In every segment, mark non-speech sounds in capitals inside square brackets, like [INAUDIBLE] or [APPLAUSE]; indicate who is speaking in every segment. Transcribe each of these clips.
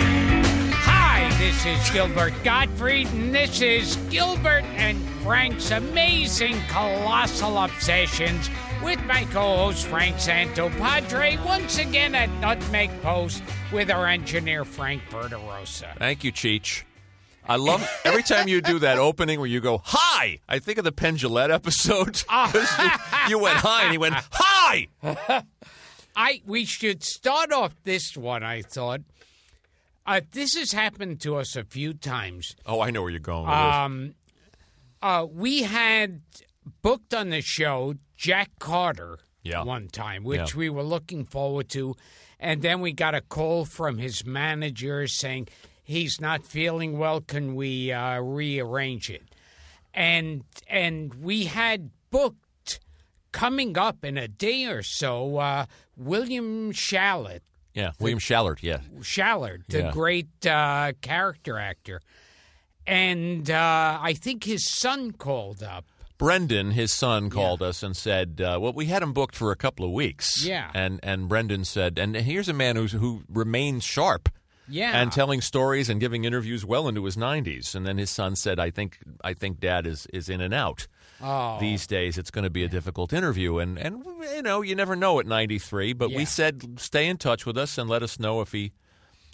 Speaker 1: Hi, this is Gilbert Gottfried, and this is Gilbert and Frank's amazing colossal obsessions with my co-host Frank Santopadre once again at Nutmeg Post with our engineer Frank Verderosa.
Speaker 2: Thank you, Cheech. I love every time you do that opening where you go hi. I think of the Pendulette episode. [LAUGHS] 'Cause you, you went hi, and he went hi.
Speaker 1: I we should start off this one. I thought uh, this has happened to us a few times.
Speaker 2: Oh, I know where you're going. With this.
Speaker 1: Uh, we had booked on the show Jack Carter
Speaker 2: Yeah.
Speaker 1: one time, which
Speaker 2: Yeah.
Speaker 1: we were looking forward to. And then we got a call from his manager saying he's not feeling well. Can we uh, rearrange it? And and we had booked coming up in a day or so uh, William Shallot,
Speaker 2: yeah, William Shallard. Yeah,
Speaker 1: Shallard, the
Speaker 2: Yeah.
Speaker 1: great uh, character actor. And uh, I think his son called up.
Speaker 2: Brendan, his son, called us and said, uh, "Well, we had him booked for a couple of weeks."
Speaker 1: Yeah.
Speaker 2: and and Brendan said, "And here's a man who's, who remains sharp."
Speaker 1: Yeah.
Speaker 2: and telling stories and giving interviews well into his 90s. And then his son said, "I think I think Dad is is in and out
Speaker 1: Oh.
Speaker 2: these days. It's going to be a difficult interview." And and you know you never know at 93. But
Speaker 1: Yeah.
Speaker 2: we said, stay in touch with us and let us know if he.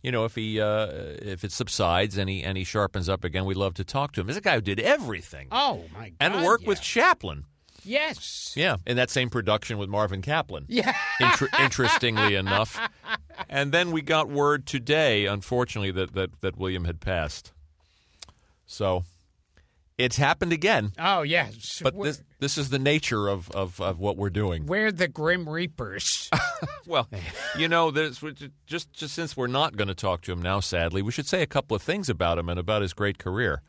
Speaker 2: You know, if he uh, if it subsides and he and he sharpens up again, we love to talk to him. He's a guy who did everything
Speaker 1: oh my god.
Speaker 2: and worked with
Speaker 1: yeah.
Speaker 2: Chaplin.
Speaker 1: Yes.
Speaker 2: Yeah, in that same production with Marvin Kaplan.
Speaker 1: Yeah.
Speaker 2: Inter- interestingly enough, and then we got word today, unfortunately, that that that William had passed. So it's happened again.
Speaker 1: Oh yes.
Speaker 2: But
Speaker 1: we're,
Speaker 2: this this is the nature of of, of what we're doing.
Speaker 1: we're the Grim Reapers. [LAUGHS]
Speaker 2: Well, you know, there's we ju- just just since we're not going to talk to him now, sadly, we should say a couple of things about him and about his great career.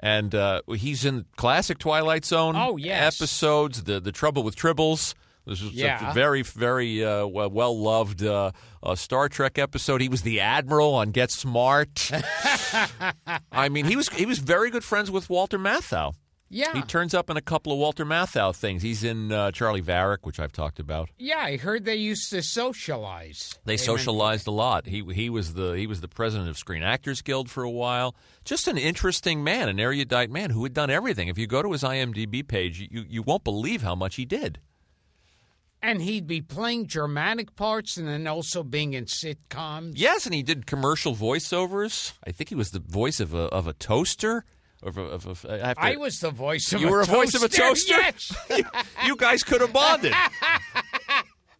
Speaker 2: And uh, he's in classic Twilight Zone.
Speaker 1: Oh, yes.
Speaker 2: episodes. The the Trouble with Tribbles. This is
Speaker 1: Yeah.
Speaker 2: a very very uh, well loved uh, uh, Star Trek episode. He was the admiral on Get Smart.
Speaker 1: [LAUGHS]
Speaker 2: I mean, he was he was very good friends with Walter Matthau.
Speaker 1: yeah.
Speaker 2: [LAUGHS] He turns up in a couple of Walter Matthau things. He's in uh, Charlie Varick, which I've talked about.
Speaker 1: yeah, I heard they used to socialize.
Speaker 2: They socialized a lot. He he was the he was the president of Screen Actors Guild for a while. Just an interesting man, an erudite man who had done everything. If you go to his IMDb page, you you won't believe how much he did.
Speaker 1: And he'd be playing dramatic parts and then also being in sitcoms.
Speaker 2: Yes, and he did commercial voiceovers. I think he was the voice of a of a toaster. Of a, of uh, a, I, have to-
Speaker 1: I was the voice of
Speaker 2: You
Speaker 1: a
Speaker 2: were a
Speaker 1: toaster. [LAUGHS]
Speaker 2: voice of a toaster?
Speaker 1: Yes.
Speaker 2: [LAUGHS] you, you guys could have bonded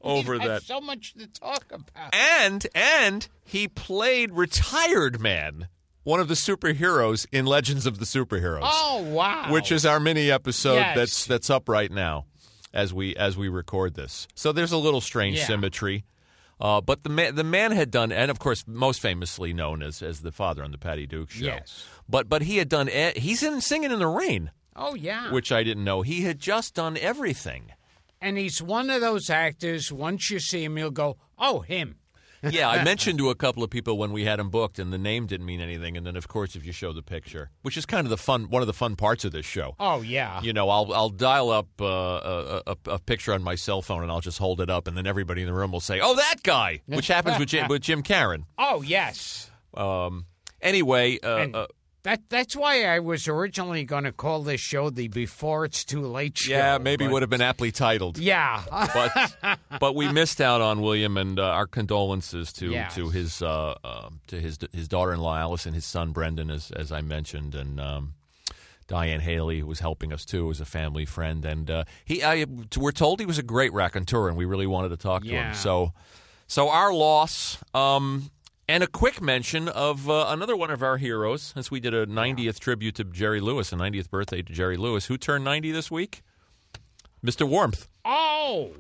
Speaker 2: over
Speaker 1: I
Speaker 2: that.
Speaker 1: have so much to talk about.
Speaker 2: And and he played retired man, one of the superheroes in Legends of the Superheroes.
Speaker 1: Oh wow.
Speaker 2: which is our mini episode
Speaker 1: Yes.
Speaker 2: that's that's up right now as we as we record this. So there's a little strange
Speaker 1: Yeah.
Speaker 2: symmetry. Uh, but the man, the man had done, and of course, most famously known as, as the father on the Patty Duke show.
Speaker 1: Yes.
Speaker 2: But but he had done. e- He's in Singing in the Rain,
Speaker 1: Oh yeah.
Speaker 2: which I didn't know. He had just done everything.
Speaker 1: and he's one of those actors. Once you see him, you'll go, "Oh, him."
Speaker 2: Yeah,
Speaker 1: [LAUGHS]
Speaker 2: I mentioned to a couple of people when we had him booked, and the name didn't mean anything. And then, of course, if you show the picture, which is kind of the fun, one of the fun parts of this show.
Speaker 1: Oh yeah.
Speaker 2: you know, I'll I'll dial up uh, a, a, a picture on my cell phone and I'll just hold it up, and then everybody in the room will say, "Oh, that guy," which happens with Jim, with Jim Karen.
Speaker 1: Oh yes.
Speaker 2: Um, anyway, uh,
Speaker 1: And-
Speaker 2: uh,
Speaker 1: That that's why I was originally going to call this show the Before It's Too Late show.
Speaker 2: yeah, maybe
Speaker 1: but-
Speaker 2: would have been aptly titled,
Speaker 1: Yeah, [LAUGHS]
Speaker 2: but but we missed out on William, and uh, our condolences to
Speaker 1: Yes.
Speaker 2: to his uh, um to his his daughter-in-law Alice and his son Brendan, as as I mentioned, and. Um, Diane Haley, who was helping us too, was a family friend, and uh, he. I, we're told he was a great raconteur, and we really wanted to talk to
Speaker 1: Yeah.
Speaker 2: him. So, so our loss. Um, and a quick mention of uh, another one of our heroes, since we did a 90th tribute to Jerry Lewis, a 90th birthday to Jerry Lewis, who turned 90 this week. Mr. Warmth,
Speaker 1: Oh,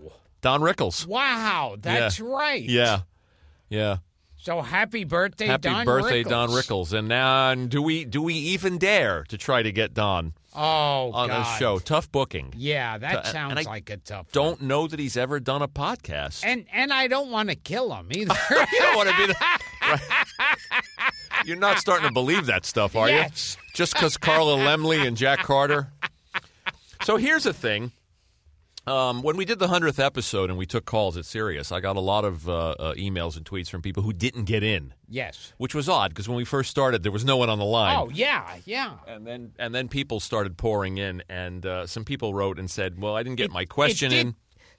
Speaker 2: Don Rickles.
Speaker 1: wow. That's right.
Speaker 2: Yeah, yeah.
Speaker 1: So happy birthday,
Speaker 2: Happy
Speaker 1: Don
Speaker 2: birthday,
Speaker 1: Rickles.
Speaker 2: Don Rickles. And now, and do we do we even dare to try to get Don
Speaker 1: Oh,
Speaker 2: on
Speaker 1: God.
Speaker 2: this show? Tough booking.
Speaker 1: Yeah, that
Speaker 2: Uh, and
Speaker 1: sounds
Speaker 2: I
Speaker 1: like a tough.
Speaker 2: Don't know that he's ever done a podcast.
Speaker 1: And and I don't want to kill him either.
Speaker 2: [LAUGHS] you don't want to
Speaker 1: [LAUGHS]
Speaker 2: be that. You're not starting to believe that stuff, are
Speaker 1: Yes.
Speaker 2: you? Just because Carla Lemley and Jack Carter. So here's the thing. Um, when we did the 100th episode and we took calls at Sirius, I got a lot of uh, uh, emails and tweets from people who didn't get in,
Speaker 1: yes.
Speaker 2: which was odd because when we first started, there was no one on the line.
Speaker 1: Oh yeah, yeah.
Speaker 2: And then and then people started pouring in, and uh, some people wrote and said, "Well, I didn't get my question
Speaker 1: It did-
Speaker 2: in."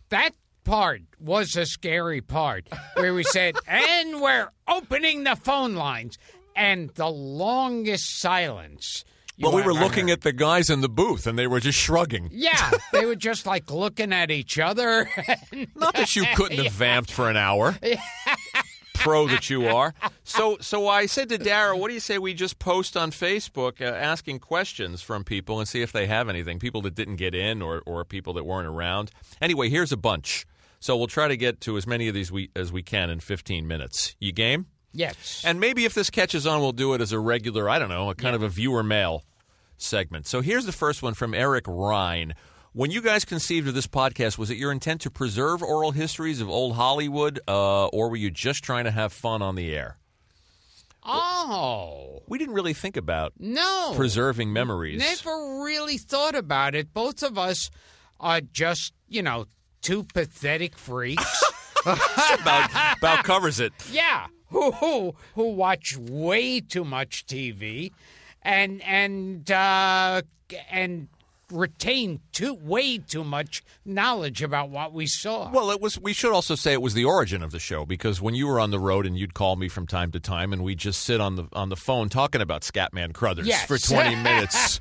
Speaker 1: That part was a scary part where we said, [LAUGHS] and we're opening the phone lines, and the longest silence. you
Speaker 2: Well, we were
Speaker 1: ever
Speaker 2: looking
Speaker 1: heard.
Speaker 2: at the guys in the booth, and they were just shrugging.
Speaker 1: Yeah, they were just like looking at each other. [LAUGHS]
Speaker 2: Not that you couldn't have vamped for an hour. Pro that you are. So, so I said to Dara, "What do you say we just post on Facebook uh, asking questions from people and see if they have anything? People that didn't get in, or or people that weren't around. Anyway, here's a bunch. So we'll try to get to as many of these we, as we can in 15 minutes. You game?
Speaker 1: yes.
Speaker 2: And maybe if this catches on, we'll do it as a regular, I don't know, a kind of a viewer mail segment. So here's the first one from Eric Rhine. When you guys conceived of this podcast, was it your intent to preserve oral histories of old Hollywood, uh, or were you just trying to have fun on the air?
Speaker 1: oh
Speaker 2: We didn't really think about
Speaker 1: no.
Speaker 2: preserving memories.
Speaker 1: Never really thought about it. Both of us are just, you know, two pathetic freaks.
Speaker 2: about, about covers it.
Speaker 1: yeah, who who who watch way too much TV, and and uh, and retain too way too much knowledge about what we saw.
Speaker 2: Well, it was. We should also say it was the origin of the show because when you were on the road and you'd call me from time to time, and we'd just sit on the on the phone talking about Scatman Crothers
Speaker 1: Yes.
Speaker 2: for twenty minutes,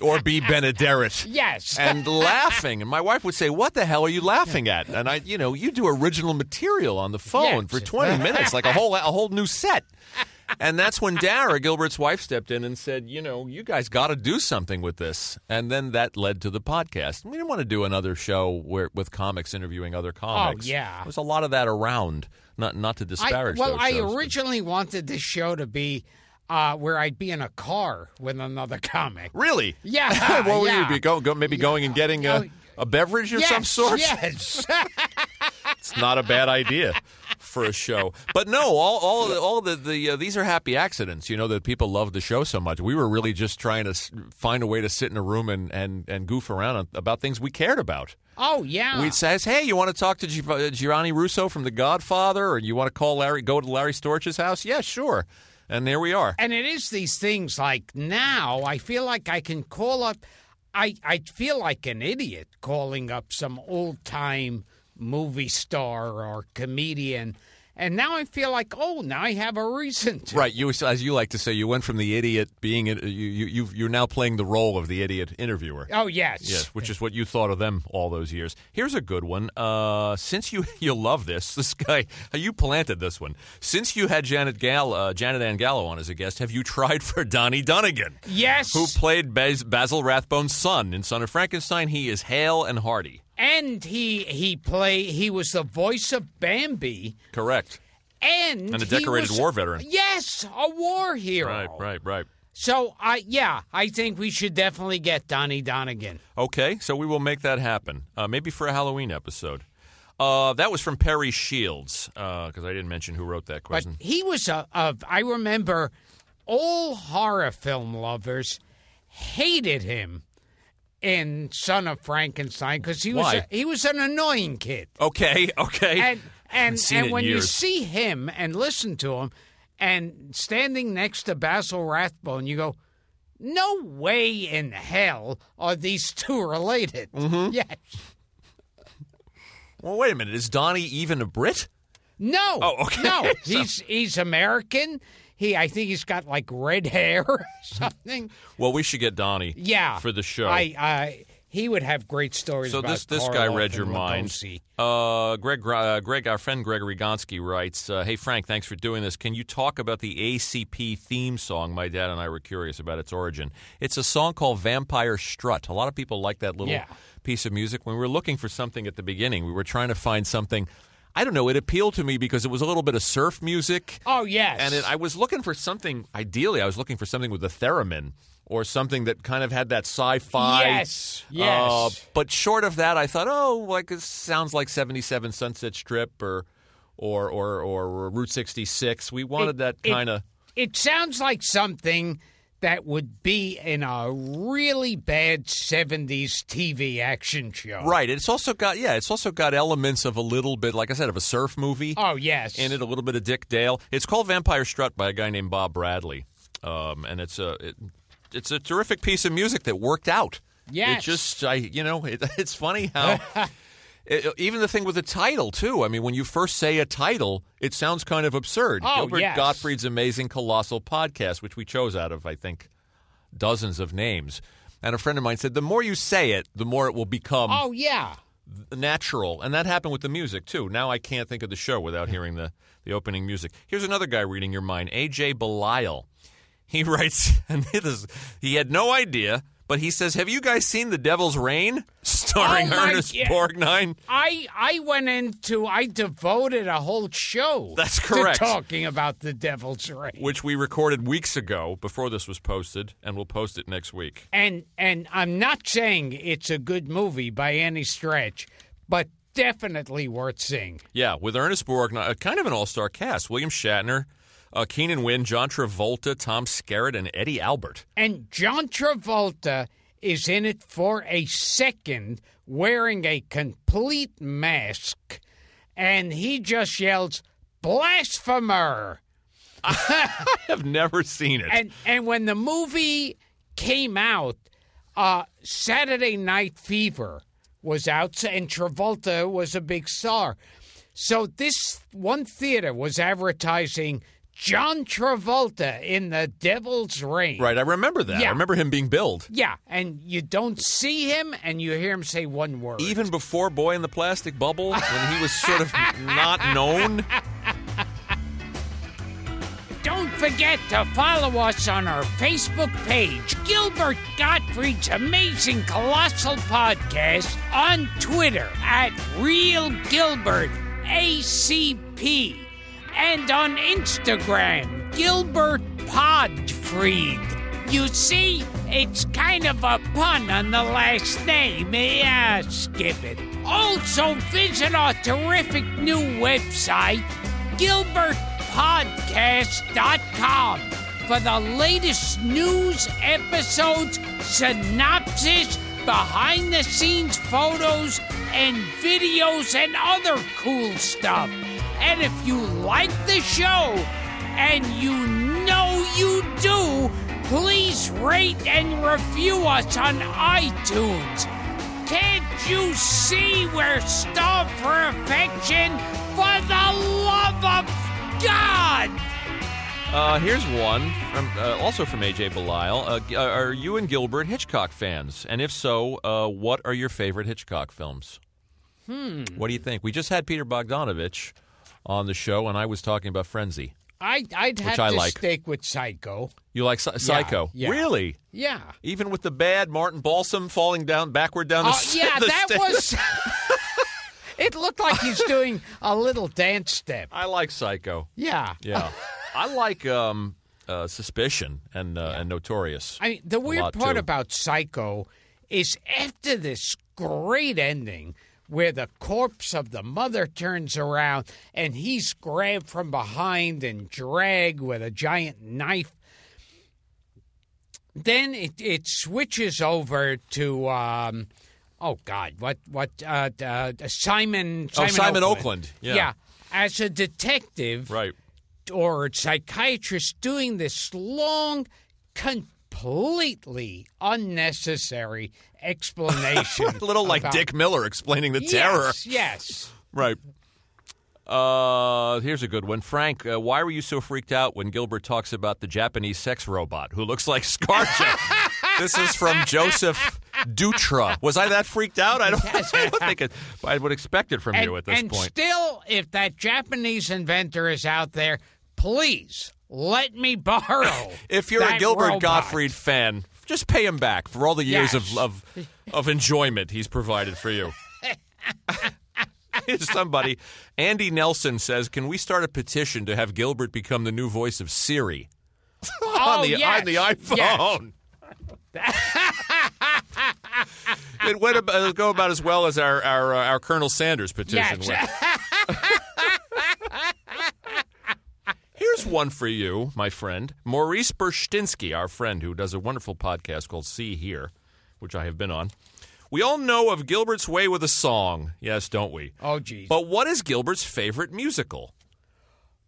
Speaker 2: or be Benaderet.
Speaker 1: yes,
Speaker 2: And laughing, and my wife would say, "What the hell are you laughing at?" And I, you know, you do original material on the phone
Speaker 1: Yes.
Speaker 2: for
Speaker 1: [LAUGHS]
Speaker 2: twenty minutes, like a whole a whole new set. And that's when Dara Gilbert's wife stepped in and said, "You know, you guys got to do something with this." And then that led to the podcast. We didn't want to do another show where with comics interviewing other comics.
Speaker 1: Oh, yeah.
Speaker 2: there was a lot of that around. Not not to
Speaker 1: I,
Speaker 2: disparage.
Speaker 1: well,
Speaker 2: those
Speaker 1: I
Speaker 2: shows, but-
Speaker 1: originally wanted this show to be uh, where I'd be in a car with another [LAUGHS] comic.
Speaker 2: really,
Speaker 1: Yeah,
Speaker 2: [LAUGHS] what would
Speaker 1: yeah.
Speaker 2: you be go, go maybe going and getting a, a beverage of
Speaker 1: yes,
Speaker 2: some sort?
Speaker 1: Yes.
Speaker 2: [LAUGHS]
Speaker 1: [LAUGHS]
Speaker 2: It's not a bad idea for a show. But no, all all of the, all of the, the uh, these are happy accidents. You know that people love the show so much. We were really just trying to s- find a way to sit in a room and and, and goof around on, about things we cared about.
Speaker 1: oh yeah.
Speaker 2: We'd say, "Hey, you want to talk to Giv- uh, Gianni Russo from The Godfather, or you want to call Larry, go to Larry Storch's house?" Yeah, sure. And there we are.
Speaker 1: and it is these things like now I feel like I can call up I I feel like an idiot calling up some old time movie star or comedian and now I feel like oh now I have a reason
Speaker 2: [LAUGHS]
Speaker 1: to
Speaker 2: Right, you as you like to say, you went from the idiot being an- you you you've, you're now playing the role of the idiot interviewer.
Speaker 1: oh yes
Speaker 2: Yes, which is what you thought of them all those years. Here's a good one. Uh, since you [LAUGHS] you love this, this guy you planted this one. Since you had Janet Gal uh, Janet Ann Gallo on as a guest, have you tried [LAUGHS] for Donnie Dunnigan,
Speaker 1: yes
Speaker 2: who played Bas- Basil Rathbone's son in Son of Frankenstein? He is hale and hearty.
Speaker 1: and he he play he was the voice of Bambi
Speaker 2: Correct.
Speaker 1: and
Speaker 2: And a
Speaker 1: he
Speaker 2: decorated
Speaker 1: was-
Speaker 2: war veteran.
Speaker 1: yes a war hero
Speaker 2: Right, right, right.
Speaker 1: so I yeah I think we should definitely get Donnie Donegan
Speaker 2: Okay, so we will make that happen. Uh, maybe for a Halloween episode. Uh, that was from Perry Shields because I didn't mention who wrote that
Speaker 1: But
Speaker 2: question.
Speaker 1: he was a, a. I remember all horror film lovers hated him in Son of Frankenstein because he was
Speaker 2: Why?
Speaker 1: a, he was an annoying kid.
Speaker 2: okay, [LAUGHS] okay.
Speaker 1: And and
Speaker 2: seen it
Speaker 1: and
Speaker 2: in
Speaker 1: when you
Speaker 2: years.
Speaker 1: see him and listen to him, and standing next to Basil Rathbone, you go. No way in hell are these two
Speaker 2: Mm-hmm.
Speaker 1: related. [LAUGHS] Yes.
Speaker 2: Well, wait a minute. Is Donnie even a Brit?
Speaker 1: No.
Speaker 2: Oh, okay.
Speaker 1: No,
Speaker 2: [LAUGHS] So-
Speaker 1: he's he's American. He, I think he's got like red hair or [LAUGHS] something.
Speaker 2: Well, we should get Donnie.
Speaker 1: Yeah,
Speaker 2: For the show.
Speaker 1: I, I, he would have great stories.
Speaker 2: so
Speaker 1: about
Speaker 2: this this guy
Speaker 1: Karloff
Speaker 2: read your
Speaker 1: and
Speaker 2: mind.
Speaker 1: Lugosi.
Speaker 2: Uh, Greg, uh, Greg, our friend Gregory Gonski writes, uh, "Hey Frank, thanks for doing this. Can you talk about the ACP theme song? My dad and I were curious about its origin. It's a song called Vampire Strut. A lot of people like that little
Speaker 1: Yeah.
Speaker 2: piece of music. When we were looking for something at the beginning, we were trying to find something. I don't know. It appealed to me because it was a little bit of surf music.
Speaker 1: Oh yes,
Speaker 2: And it, I was looking for something. Ideally, I was looking for something with a theremin or something that kind of had that sci-fi. uh,
Speaker 1: Yes, yes.
Speaker 2: but short of that, I thought, oh, like it sounds like '77 Sunset Strip or or or or Route 66. We wanted that
Speaker 1: it-
Speaker 2: kind of.
Speaker 1: it sounds like something that would be in a really bad '70s TV action show.
Speaker 2: Right. It's also got yeah. It's also got elements of a little bit, like I said, of a surf movie.
Speaker 1: Oh yes,
Speaker 2: in it, a little bit of Dick Dale. It's called Vampire Strut by a guy named Bob Bradley, um, and it's a it, it's a terrific piece of music that worked out.
Speaker 1: Yes.
Speaker 2: it just I you know it, [LAUGHS] it's funny
Speaker 1: [LAUGHS]
Speaker 2: how. it- even the thing with the title too. I mean, when you first say a title, it sounds kind of absurd.
Speaker 1: Oh,
Speaker 2: Gilbert
Speaker 1: yes.
Speaker 2: Gottfried's amazing colossal podcast, which we chose out of I think dozens of names. And a friend of mine said, the more you say it, the more it will become
Speaker 1: Oh yeah.
Speaker 2: natural, and that happened with the music too. Now I can't think of the show without hearing the, the opening music. Here's another guy reading your mind, AJ Belial. He [LAUGHS] writes, and this is, he had no idea, but he says, "Have you guys seen The Devil's Reign, [LAUGHS] starring
Speaker 1: Oh, my
Speaker 2: Ernest
Speaker 1: God.
Speaker 2: Borgnine?"
Speaker 1: I I went into I devoted a whole show.
Speaker 2: That's
Speaker 1: to
Speaker 2: correct.
Speaker 1: talking about the Devil's Reign.
Speaker 2: Which we recorded weeks ago before this was posted, and we'll post it next week.
Speaker 1: And and I'm not saying it's a good movie by any stretch, but definitely worth seeing.
Speaker 2: Yeah, with Ernest Borgnine, uh, kind of an all-star cast: William Shatner, uh, Keenan Wynn, John Travolta, Tom Skerritt, and Eddie Albert. [LAUGHS]
Speaker 1: And John Travolta is in it for a second wearing a complete mask and he just yells blasphemer.
Speaker 2: I have never seen it.
Speaker 1: and and when the movie came out, uh, Saturday Night Fever was out, and Travolta was a big star. So this one theater was advertising John Travolta in The Devil's Reign.
Speaker 2: Right, I remember that. I
Speaker 1: Yeah.
Speaker 2: remember him being billed.
Speaker 1: Yeah, and you don't see him, and you hear him say one word.
Speaker 2: Even before Boy in the Plastic Bubble, when he was
Speaker 1: [LAUGHS]
Speaker 2: sort of not known.
Speaker 1: Don't forget to follow us on our Facebook page, Gilbert Gottfried's Amazing Colossal Podcast, on Twitter at Real Gilbert ACP, and on Instagram, Gilbert Podfried. You see, it's kind of a pun on the last name. Yeah, skip it. Also, visit our terrific new website, gilbertpodcast.com for the latest news, episodes, synopsis, behind the scenes photos, and videos, and other cool stuff. And if you like the show, and you know you do, please rate and review us on iTunes. Can't you see we're starved for affection? For the love of God!
Speaker 2: Uh, here's one, from, uh, also from AJ Belial. Uh, g- uh, are you and Gilbert Hitchcock fans? And if so, uh, what are your favorite Hitchcock films? Hmm. What do you think? We just had Peter Bogdanovich on the show, and I was talking about Frenzy.
Speaker 1: I, I'd have
Speaker 2: I
Speaker 1: to
Speaker 2: like.
Speaker 1: stick with Psycho.
Speaker 2: You like Psy- Psycho?
Speaker 1: yeah.
Speaker 2: Really?
Speaker 1: Yeah.
Speaker 2: Even with the bad Martin Balsam falling down backward down the
Speaker 1: Oh,
Speaker 2: [LAUGHS] st-
Speaker 1: yeah,
Speaker 2: the
Speaker 1: that
Speaker 2: stairs?
Speaker 1: was. [LAUGHS] it looked like he's doing a little dance step.
Speaker 2: I like Psycho.
Speaker 1: Yeah.
Speaker 2: Yeah, [LAUGHS] I like um, uh, Suspicion and uh, and Notorious.
Speaker 1: I mean, the weird
Speaker 2: lot,
Speaker 1: part
Speaker 2: too.
Speaker 1: about Psycho is after this great ending where the corpse of the mother turns around and he's grabbed from behind and dragged with a giant knife. Then it, it switches over to um, oh god what what uh, uh, Simon Simon
Speaker 2: Oh, Simon
Speaker 1: Oakland.
Speaker 2: Oakland, yeah.
Speaker 1: yeah as a detective
Speaker 2: right.
Speaker 1: or a psychiatrist doing this long, completely unnecessary explanation.
Speaker 2: [LAUGHS] A little like
Speaker 1: about-
Speaker 2: Dick Miller explaining the terror.
Speaker 1: Yes, yes.
Speaker 2: Right. Uh, here's a good one, Frank. Uh, why were you so freaked out when Gilbert talks about the Japanese sex robot who looks like ScarJo?
Speaker 1: [LAUGHS]
Speaker 2: this is from Joseph Dutra. Was I that freaked out? I don't, [LAUGHS] I don't think it, I would expect it from
Speaker 1: and,
Speaker 2: you at this
Speaker 1: and
Speaker 2: point.
Speaker 1: still, if that Japanese inventor is out there, please let me borrow.
Speaker 2: [LAUGHS] If you're a
Speaker 1: that
Speaker 2: Gilbert
Speaker 1: robot.
Speaker 2: Gottfried fan, just pay him back for all the years
Speaker 1: Yes.
Speaker 2: of, of of enjoyment he's provided for
Speaker 1: [LAUGHS]
Speaker 2: you. Here's Somebody, Andy Nelson says, can we start a petition to have Gilbert become the new voice of Siri
Speaker 1: [LAUGHS] oh,
Speaker 2: on the
Speaker 1: yes,
Speaker 2: on the
Speaker 1: yes. [LAUGHS]
Speaker 2: iPhone? it went about, it'll go about as well as our our, uh, our Colonel Sanders petition
Speaker 1: Yes.
Speaker 2: went. Here's one for you, my friend. Maurice Berstinsky, our friend who does a wonderful podcast called See Here, which I have been on. We all know of Gilbert's Way with a song. Yes, don't we?
Speaker 1: [LAUGHS] Oh, geez.
Speaker 2: But what is Gilbert's favorite musical?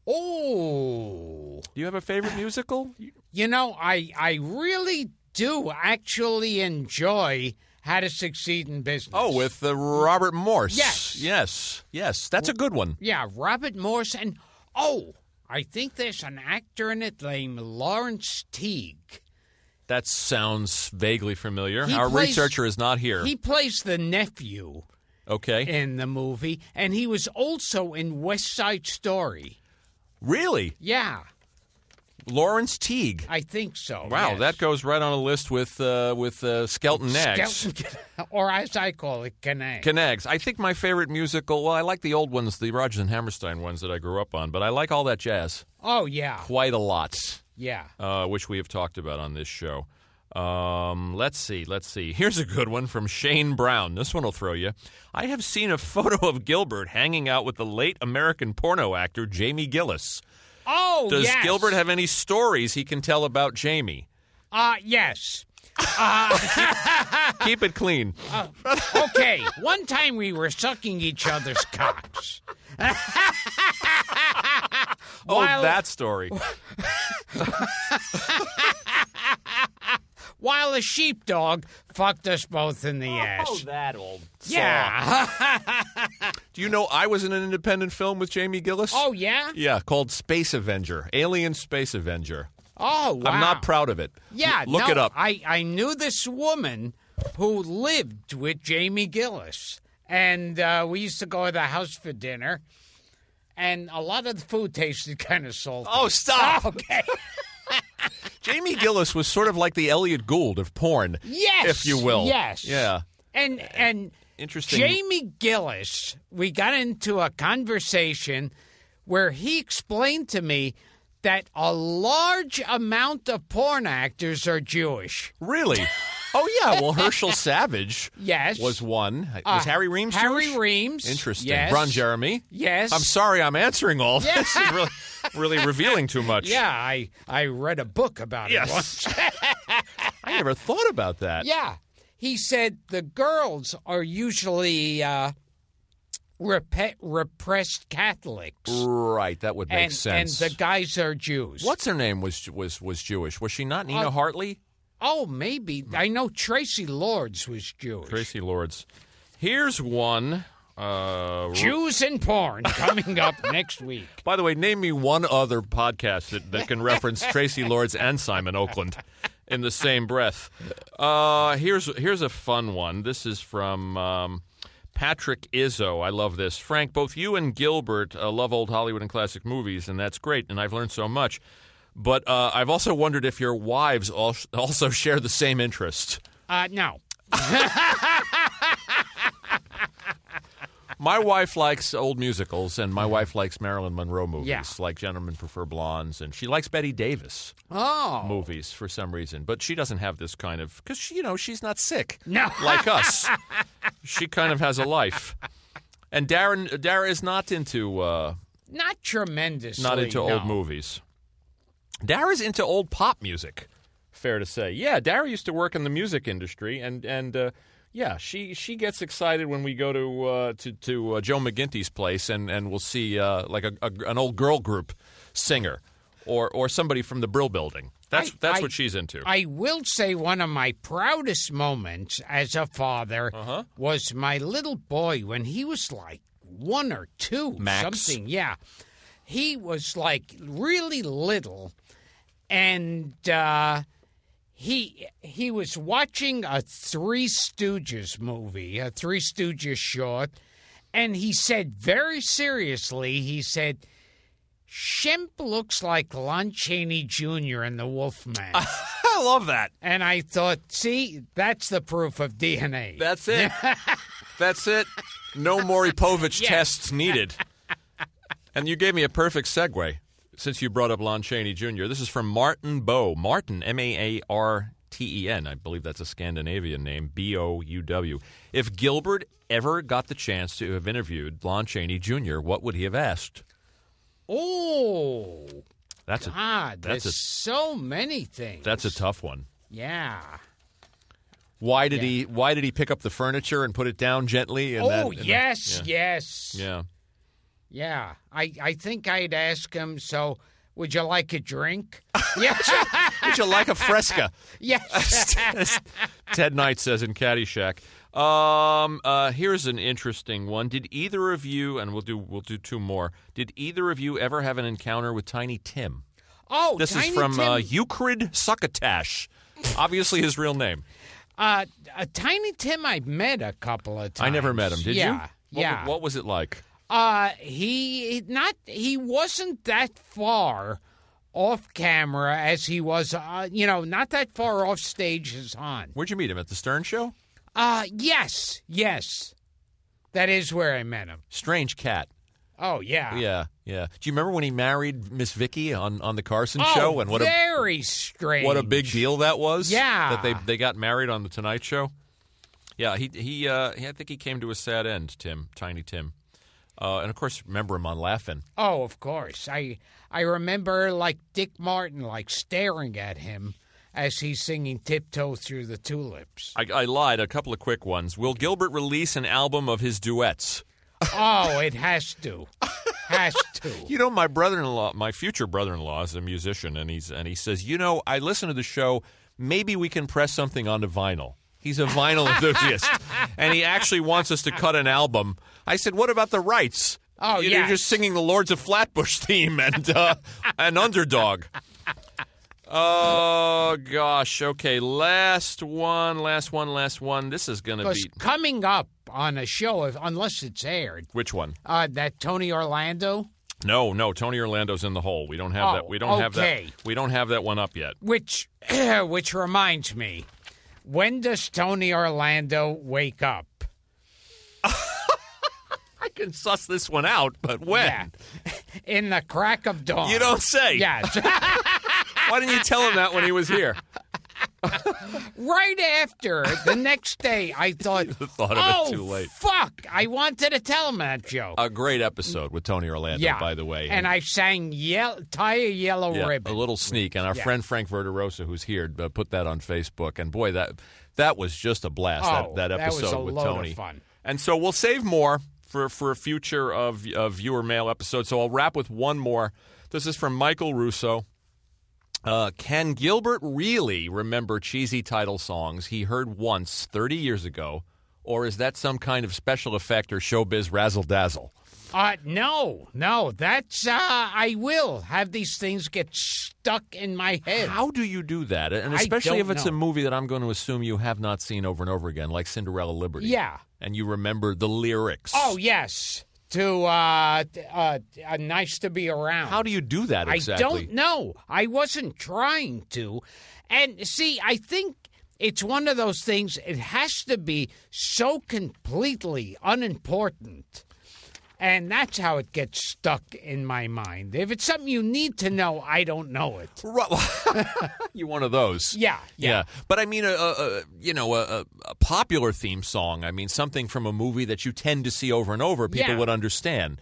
Speaker 1: oh.
Speaker 2: Do you have a favorite musical?
Speaker 1: You know, I I really do actually enjoy How to Succeed in Business.
Speaker 2: Oh, with uh, Robert Morse.
Speaker 1: Yes.
Speaker 2: Yes. Yes. That's a good one.
Speaker 1: yeah, Robert Morse and oh, I think there's an actor in it named Lawrence Teague.
Speaker 2: That sounds vaguely familiar.
Speaker 1: He
Speaker 2: Our
Speaker 1: plays-
Speaker 2: researcher is not here.
Speaker 1: He plays the nephew
Speaker 2: okay.
Speaker 1: in the movie, and he was also in West Side Story.
Speaker 2: really?
Speaker 1: Yeah,
Speaker 2: Lawrence Teague.
Speaker 1: I think so.
Speaker 2: Wow,
Speaker 1: yes.
Speaker 2: that goes right on a list with uh, with uh, Skelton Nags.
Speaker 1: Skeleton- [LAUGHS] or as I call it, Connect.
Speaker 2: Knags. I think my favorite musical. Well, I like the old ones, the Rogers and Hammerstein ones that I grew up on, but I like all that jazz
Speaker 1: oh yeah,
Speaker 2: quite a lot,
Speaker 1: yeah.
Speaker 2: uh, which we have talked about on this show. Um, let's see, let's see. Here's a good one from Shane Brown. This one will throw you. I have seen a photo of Gilbert hanging out with the late American porno actor Jamie Gillis.
Speaker 1: Oh,
Speaker 2: Does
Speaker 1: yes.
Speaker 2: Gilbert have any stories he can tell about Jamie?
Speaker 1: Uh yes.
Speaker 2: Keep
Speaker 1: [LAUGHS]
Speaker 2: it clean.
Speaker 1: Okay, [LAUGHS] one time we were sucking each other's cocks.
Speaker 2: oh,
Speaker 1: while-
Speaker 2: that story.
Speaker 1: While a sheepdog fucked us both in the ass.
Speaker 2: Oh, that old.
Speaker 1: yeah.
Speaker 2: Do you know I was in an independent film with Jamie Gillis?
Speaker 1: Oh yeah.
Speaker 2: Yeah, called Space Avenger, Alien Space Avenger.
Speaker 1: Oh wow.
Speaker 2: I'm not proud of it.
Speaker 1: Yeah.
Speaker 2: L- look
Speaker 1: no,
Speaker 2: it up.
Speaker 1: I I knew this woman who lived with Jamie Gillis, and uh, we used to go to the house for dinner, and a lot of the food tasted [LAUGHS] kind of salty.
Speaker 2: Oh, stop!
Speaker 1: Okay.
Speaker 2: [LAUGHS] Jamie Gillis was sort of like the Elliot Gould of porn,
Speaker 1: Yes,
Speaker 2: if you will.
Speaker 1: Yes.
Speaker 2: Yeah.
Speaker 1: And and
Speaker 2: Interesting.
Speaker 1: Jamie Gillis, we got into a conversation where he explained to me that a large amount of porn actors are Jewish.
Speaker 2: Really? Oh yeah.
Speaker 1: [LAUGHS]
Speaker 2: Well, Herschel Savage.
Speaker 1: Yes.
Speaker 2: Was one. was
Speaker 1: Uh,
Speaker 2: Harry Reams?
Speaker 1: Harry
Speaker 2: Jewish?
Speaker 1: Reams,
Speaker 2: Interesting.
Speaker 1: yes.
Speaker 2: Ron Jeremy.
Speaker 1: Yes.
Speaker 2: I'm sorry. I'm answering all. This [LAUGHS] is really, really revealing too much.
Speaker 1: [LAUGHS] Yeah, I I read a book about it once.
Speaker 2: [LAUGHS] Yes. I never thought about that.
Speaker 1: Yeah. He said the girls are usually uh, repe- repressed Catholics.
Speaker 2: Right. That would make
Speaker 1: and,
Speaker 2: sense.
Speaker 1: and the guys are Jews.
Speaker 2: What's her name was was was Jewish? Was she not Nina
Speaker 1: Uh,
Speaker 2: Hartley?
Speaker 1: Oh, maybe. I know Tracy Lords was Jewish.
Speaker 2: Tracy Lords. Here's one. Uh,
Speaker 1: Jews and porn coming
Speaker 2: [LAUGHS]
Speaker 1: up next week.
Speaker 2: by the way, name me one other podcast that, that can reference Tracy Lords and Simon Oakland in the same breath. Uh, here's here's a fun one. This is from um, Patrick Izzo. I love this. Frank, both you and Gilbert uh, love old Hollywood and classic movies, and that's great. And I've learned so much. But uh, I've also wondered if your wives al- also share the same interest.
Speaker 1: Uh, no.
Speaker 2: My wife likes old musicals, and my wife likes Marilyn Monroe movies,
Speaker 1: Yeah.
Speaker 2: like Gentlemen Prefer Blondes, and she likes Betty Davis
Speaker 1: Oh.
Speaker 2: movies for some reason. But she doesn't have this kind of because you know she's not sick,
Speaker 1: No.
Speaker 2: like us. she kind of has a life, and Darren Dara is not into uh,
Speaker 1: Not tremendously.
Speaker 2: not into old
Speaker 1: no.
Speaker 2: movies. Dara's into old pop music. Fair to say, yeah. Dara used to work in the music industry, and and uh, yeah, she she gets excited when we go to uh, to to uh, Joe McGinty's place, and and we'll see uh, like a, a- an old girl group singer, or or somebody from the Brill Building. That's
Speaker 1: I-
Speaker 2: that's
Speaker 1: I-
Speaker 2: what she's into.
Speaker 1: I will say one of my proudest moments as a father was my little boy when he was like one or two,
Speaker 2: Max.
Speaker 1: something. Yeah, he was like really little, and uh, he he was watching a Three Stooges movie, a Three Stooges short, and he said very seriously, he said. Shemp looks like Lon Chaney Jr. in The Wolfman.
Speaker 2: I love that.
Speaker 1: and I thought, see, that's the proof of DNA.
Speaker 2: That's it. That's it. No Moripovich tests needed. And you gave me a perfect segue since you brought up Lon Chaney Jr. This is from Martin Bow. Martin, M A A R T E N. I believe that's a Scandinavian name, B O U W. If Gilbert ever got the chance to have interviewed Lon Chaney Jr., what would he have asked?
Speaker 1: oh,
Speaker 2: That's a,
Speaker 1: God,
Speaker 2: that's
Speaker 1: there's
Speaker 2: a-
Speaker 1: so many things.
Speaker 2: that's a tough one.
Speaker 1: yeah.
Speaker 2: Why did he why did he pick up the furniture and put it down gently and
Speaker 1: oh,
Speaker 2: then- and-
Speaker 1: yes, yes.
Speaker 2: Yeah.
Speaker 1: Yeah. I, I think I'd ask him, so would you like a
Speaker 2: [LAUGHS]
Speaker 1: drink? yes.
Speaker 2: Would you like
Speaker 1: [LAUGHS]
Speaker 2: a fresca?
Speaker 1: yes.
Speaker 2: Ted Knight says in Caddyshack. Um, uh, here's an interesting one. Did either of you, and we'll do we'll do two more. Did either of you ever have an encounter with Tiny Tim?
Speaker 1: Oh,
Speaker 2: This
Speaker 1: Tiny
Speaker 2: is from
Speaker 1: Tim.
Speaker 2: Uh, Euclid Succotash. Obviously, his real name.
Speaker 1: uh, uh, Tiny Tim, I met a couple of times.
Speaker 2: I never met him. Did you?
Speaker 1: yeah,
Speaker 2: What-
Speaker 1: Yeah.
Speaker 2: What was it like?
Speaker 1: Uh, he not he wasn't that far off camera as he was, uh, you know, not that far off stage as on.
Speaker 2: Where'd you meet him at the Stern Show?
Speaker 1: Uh, yes, yes, that is where I met him.
Speaker 2: Strange cat.
Speaker 1: Oh yeah,
Speaker 2: Yeah, yeah. Do you remember when he married Miss Vicky on, on the Carson
Speaker 1: Oh,
Speaker 2: Show? And what a
Speaker 1: very strange.
Speaker 2: What a big deal that was.
Speaker 1: Yeah.
Speaker 2: That they they got married on the Tonight Show. Yeah, he he, uh, he I think he came to a sad end, Tim, Tiny Tim. Uh, and of course, remember him on Laughing.
Speaker 1: Oh, of course. I I remember like Dick Martin like staring at him as he's singing "Tiptoe Through the
Speaker 2: [LAUGHS]
Speaker 1: Tulips."
Speaker 2: I, I lied. A couple of quick ones. Will Gilbert release an album of his duets?
Speaker 1: oh, it has to, has to.
Speaker 2: You know, my brother-in-law, my future brother-in-law, is a musician, and he's and he says, you know, I listen to the show. Maybe we can press something onto vinyl. He's
Speaker 1: [LAUGHS]
Speaker 2: a vinyl enthusiast, and he actually wants us to cut an album. I said, what about the rights?
Speaker 1: Oh,
Speaker 2: You-
Speaker 1: yes.
Speaker 2: you're just singing the Lords of Flatbush [LAUGHS] theme and uh, an underdog. Oh gosh. Okay, last one, last one, last one. This is going to
Speaker 1: Because
Speaker 2: be
Speaker 1: coming up on a show, if, unless it's aired,
Speaker 2: which one?
Speaker 1: uh, that Tony Orlando,
Speaker 2: No, no. Tony Orlando's in the hole. We don't have
Speaker 1: Oh,
Speaker 2: that. We don't have that.
Speaker 1: okay.
Speaker 2: We don't have that one up yet.
Speaker 1: which [CLEARS THROAT] which reminds me, when does Tony Orlando wake up?
Speaker 2: I can suss this one out, but when?
Speaker 1: [LAUGHS] in the crack of dawn.
Speaker 2: You don't say.
Speaker 1: [LAUGHS] Yes,
Speaker 2: Why didn't you tell him that when he was here?
Speaker 1: right after the next day,
Speaker 2: [LAUGHS]
Speaker 1: I thought,
Speaker 2: thought of it
Speaker 1: oh,
Speaker 2: too late."
Speaker 1: Fuck! I wanted to tell him that joke.
Speaker 2: [LAUGHS] A great episode with Tony Orlando,
Speaker 1: yeah,
Speaker 2: by the way.
Speaker 1: and I sang "Yell Tie a Yellow
Speaker 2: yeah,
Speaker 1: Ribbon."
Speaker 2: a little sneak, and our friend Frank Verderosa, who's here, uh, put that on Facebook. And boy, that that was just a blast.
Speaker 1: Oh,
Speaker 2: that, that
Speaker 1: that was
Speaker 2: episode
Speaker 1: a
Speaker 2: with
Speaker 1: load of
Speaker 2: Tony.
Speaker 1: fun.
Speaker 2: And so we'll save more for for a future of of viewer mail episode. So I'll wrap with one more. This is from Michael Russo. Uh, can Gilbert really remember cheesy title songs he heard once 30 years ago, or is that some kind of special effect or showbiz razzle dazzle?
Speaker 1: Uh, no, no, that's, uh, I will have these things get stuck in my head.
Speaker 2: How do you do that? And
Speaker 1: I
Speaker 2: especially if
Speaker 1: don't
Speaker 2: it's a
Speaker 1: know.
Speaker 2: movie that I'm going to assume you have not seen over and over again, like Cinderella Liberty.
Speaker 1: Yeah.
Speaker 2: And you remember the lyrics.
Speaker 1: Oh, yes, to, uh, t- uh, t- uh nice to be around.
Speaker 2: How do you do that exactly?
Speaker 1: I don't know. I wasn't trying to. And see, I think it's one of those things, it has to be so completely unimportant. And that's how it gets stuck in my mind. If it's something you need to know, I don't know it.
Speaker 2: [LAUGHS] Ru- you one of those?
Speaker 1: Yeah,
Speaker 2: yeah. But I mean, a, a a- you know a, a- a popular theme song. I mean, something from a movie that you tend to see over and over. People
Speaker 1: Yeah.
Speaker 2: would understand.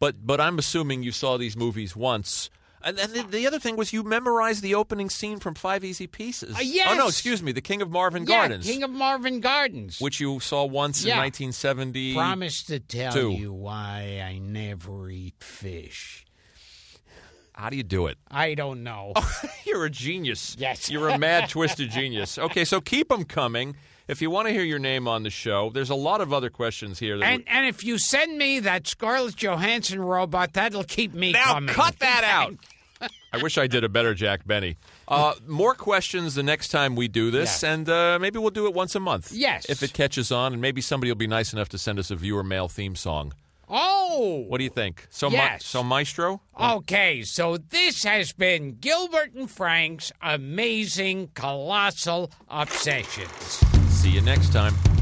Speaker 2: But but I'm assuming you saw these movies once. And then the, the other thing was you memorized the opening scene from Five Easy Pieces. Oh no,
Speaker 1: Uh, yes.
Speaker 2: excuse me, The King of Marvin Gardens,
Speaker 1: Yeah, King of Marvin Gardens.
Speaker 2: which you saw once
Speaker 1: Yeah.
Speaker 2: in 1970.
Speaker 1: Promise to tell
Speaker 2: Two.
Speaker 1: you why I never eat fish.
Speaker 2: How do you do it?
Speaker 1: I don't
Speaker 2: Oh,
Speaker 1: know.
Speaker 2: You're a genius.
Speaker 1: Yes.
Speaker 2: You're a mad, twisted genius. Okay, so keep them coming. If you want to hear your name on the show, there's a lot of other questions here. That
Speaker 1: And
Speaker 2: we-
Speaker 1: and if you send me that Scarlett Johansson robot, that'll keep me
Speaker 2: now
Speaker 1: coming. [LAUGHS]
Speaker 2: cut that out. I wish I did a better Jack Benny. Uh, more questions the next time we do this,
Speaker 1: Yes.
Speaker 2: and uh, maybe we'll do it once a month.
Speaker 1: Yes.
Speaker 2: If it catches on, and maybe somebody will be nice enough to send us a viewer mail theme song.
Speaker 1: Oh.
Speaker 2: What do you think? So,
Speaker 1: Yes.
Speaker 2: so Maestro?
Speaker 1: Okay, so this has been Gilbert and Frank's amazing colossal obsessions.
Speaker 2: See you next time.